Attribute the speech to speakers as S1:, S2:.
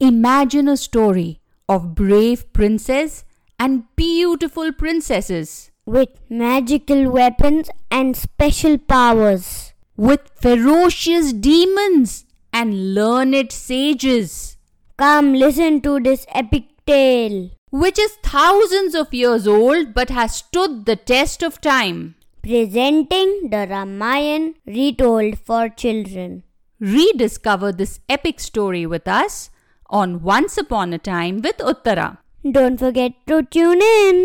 S1: Imagine a story of brave princes and beautiful princesses
S2: with magical weapons and special powers,
S1: with ferocious demons and learned sages,
S2: come listen to this epic tale.
S1: which is thousands of years old but has stood the test of time.
S2: Presenting the Ramayan retold for children.
S1: Rediscover this epic story with us on Once Upon a Time with Uttara.
S2: Don't forget to tune in.